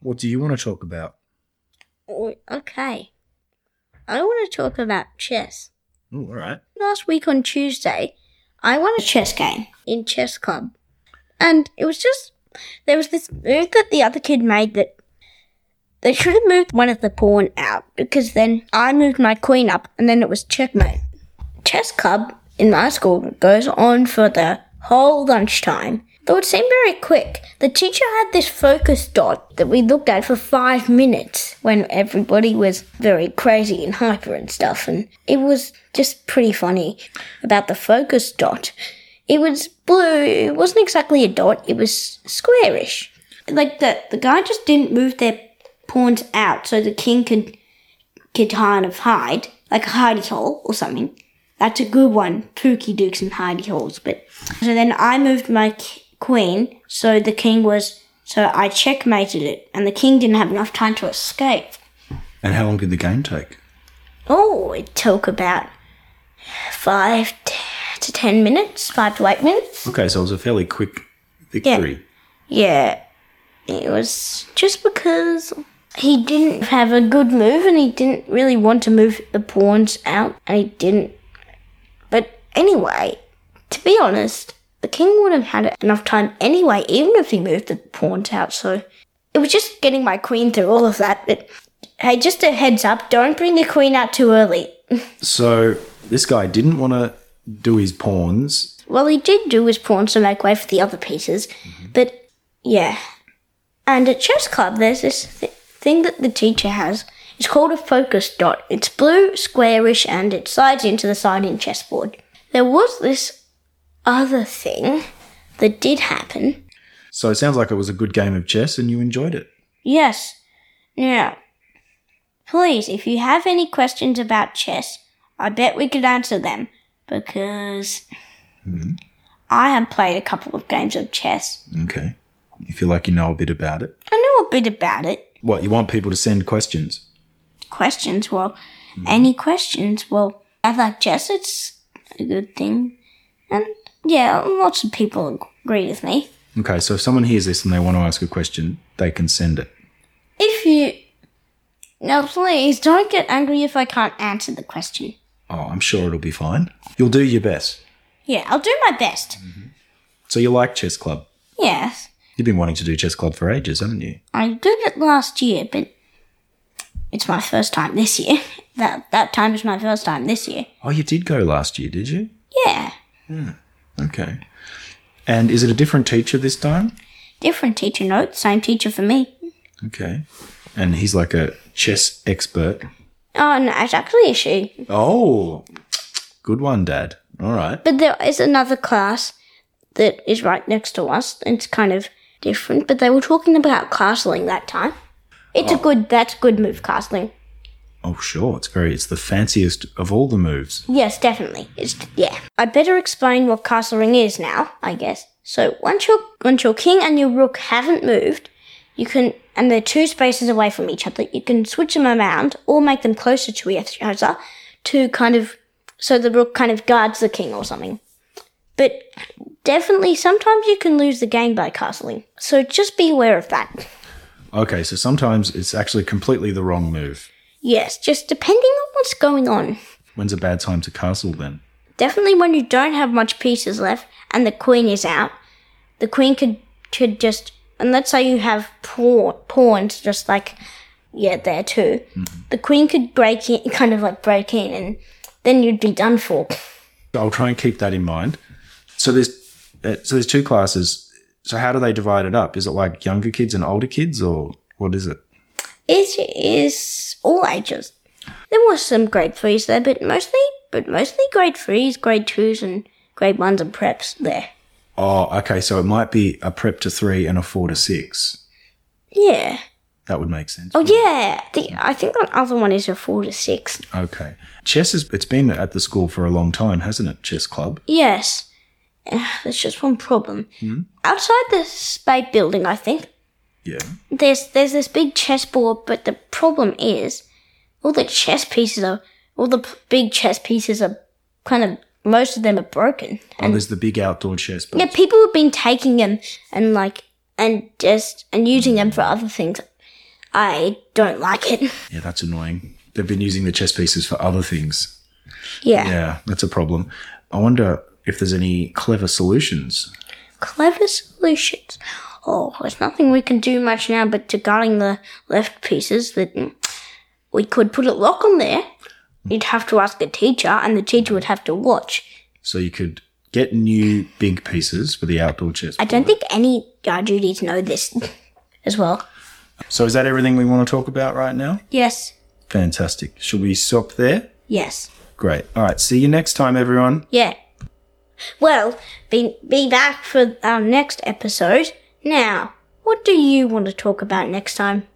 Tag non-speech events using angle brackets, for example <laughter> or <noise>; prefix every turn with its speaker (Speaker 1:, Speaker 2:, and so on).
Speaker 1: What do you want to talk about?
Speaker 2: O- Oh, Okay. I want to talk about chess.
Speaker 1: Ooh, all right.
Speaker 2: Last week on Tuesday, I won a chess game in chess club. And it was just, there was this move that the other kid made that they should have moved one of the pawn out because then I moved my queen up and then it was checkmate. Chess club in my school goes on for the whole lunchtime. Though it seemed very quick, the teacher had this focus dot that we looked at for five minutes when everybody was very crazy and hyper and stuff, and it was just pretty funny about the focus dot. It was blue, it wasn't exactly a dot, it was squarish. Like the the guy just didn't move their pawns out so the king could could kind of hide, like a hidey hole or something. That's a good one, Pookie Dukes and hidey holes. But so then I moved my k- queen, so the king was so I checkmated it, and the king didn't have enough time to escape.
Speaker 1: And how long did the game take?
Speaker 2: Oh, it took about five t- to ten minutes, five to eight minutes.
Speaker 1: Okay, so it was a fairly quick victory.
Speaker 2: Yeah, it was just because he didn't have a good move and he didn't really want to move the pawns out and he didn't. But anyway, to be honest, the king would have had enough time anyway, even if he moved the pawns out, so it was just getting my queen through all of that. But hey, just a heads up don't bring the queen out too early.
Speaker 1: So this guy didn't want to do his pawns.
Speaker 2: Well, he did do his pawns to make way for the other pieces, but yeah. And at chess club, there's this th- thing that the teacher has. It's called a focus dot. It's blue, squarish, and it slides into the sliding chessboard. There was this other thing that did happen.
Speaker 1: So it sounds like it was a good game of chess and you enjoyed it.
Speaker 2: Yes. Now, please, if you have any questions about chess, I bet we could answer them because I have played a couple of games of chess.
Speaker 1: Okay. You feel like you know a bit about it.
Speaker 2: I know a bit about it.
Speaker 1: What, you want people to send questions?
Speaker 2: Questions, well, any questions? Well, I like chess, it's a good thing. And yeah, lots of people agree with me.
Speaker 1: Okay, so if someone hears this and they want to ask a question, they can send it.
Speaker 2: If you. Now, please don't get angry if I can't answer the question.
Speaker 1: Oh, I'm sure it'll be fine. You'll do your best.
Speaker 2: Yeah, I'll do my best.
Speaker 1: So you like chess club.
Speaker 2: Yes,
Speaker 1: You've been wanting to do chess club for ages, haven't you?
Speaker 2: I did it last year, but it's my first time this year. <laughs> That that time is my first time this year.
Speaker 1: Oh, you did go last year, did you?
Speaker 2: Yeah,
Speaker 1: Okay. And is it a different teacher this time?
Speaker 2: different teacher note, same teacher for me.
Speaker 1: Okay. And he's like a chess expert.
Speaker 2: Oh no, it's actually a she.
Speaker 1: Oh, good one, Dad. All right.
Speaker 2: But there is another class that is right next to us. It's kind of different, but they were talking about castling that time. It's a good, that's a good move, castling.
Speaker 1: Oh, sure. It's very, it's the fanciest of all the moves.
Speaker 2: Yes, definitely. It's, yeah. I better explain what castling is now, I guess. So once your, once your king and your rook haven't moved, you can, and they're two spaces away from each other, you can switch them around or make them closer to each other to kind of, so the rook kind of guards the king or something. But definitely, sometimes you can lose the game by castling. So just be aware of that.
Speaker 1: Okay, so sometimes it's actually completely the wrong move.
Speaker 2: Yes, just depending on what's going on.
Speaker 1: When's a bad time to castle then?
Speaker 2: Definitely when you don't have much pieces left and the queen is out, the queen could could just and let's say you have pawn, pawns just like yeah there too. The queen could break in, <laughs> kind of like break in, and then you'd be done for.
Speaker 1: I'll try and keep that in mind. So there's, uh, so there's two classes. So how do they divide it up? Is it like younger kids and older kids, or what is it?
Speaker 2: It is all ages. There was some grade threes there, but mostly but mostly grade threes, grade twos, and grade ones and preps there.
Speaker 1: Oh, okay. So it might be a prep to three and a four to six.
Speaker 2: Yeah.
Speaker 1: That would make sense.
Speaker 2: Oh yeah. The, I think that other one is a four to six.
Speaker 1: Okay. Chess is, it's been at the school for a long time, hasn't it? Chess club.
Speaker 2: Yes. Uh, There's just one problem. Outside the Spade building, I think,
Speaker 1: Yeah. Oh,
Speaker 2: there's there's this big chessboard, but the problem is all the chess pieces are all the p- big chess pieces are kind of most of them are broken.
Speaker 1: Oh, there's the big outdoor chess. But
Speaker 2: Yeah, people have been taking them and like and just and using them for other things. I don't like it. <laughs>
Speaker 1: Yeah, that's annoying. They've been using the chess pieces for other things.
Speaker 2: Yeah.
Speaker 1: Yeah, that's a problem. I wonder if there's any clever solutions.
Speaker 2: Clever solutions. Oh, there's nothing we can do much now but to guarding the left pieces that mm, we could put a lock on there. You'd have to ask a teacher and the teacher would have to watch.
Speaker 1: So you could get new big pieces for the outdoor chess.
Speaker 2: I don't think any uh, duties know this <laughs> as well.
Speaker 1: So is that everything we want to talk about right now?
Speaker 2: Yes.
Speaker 1: Fantastic. Should we stop there?
Speaker 2: Yes.
Speaker 1: Great. All right. See you next time, everyone.
Speaker 2: Yeah. Well, be be back for our next episode. Now, what do you want to talk about next time?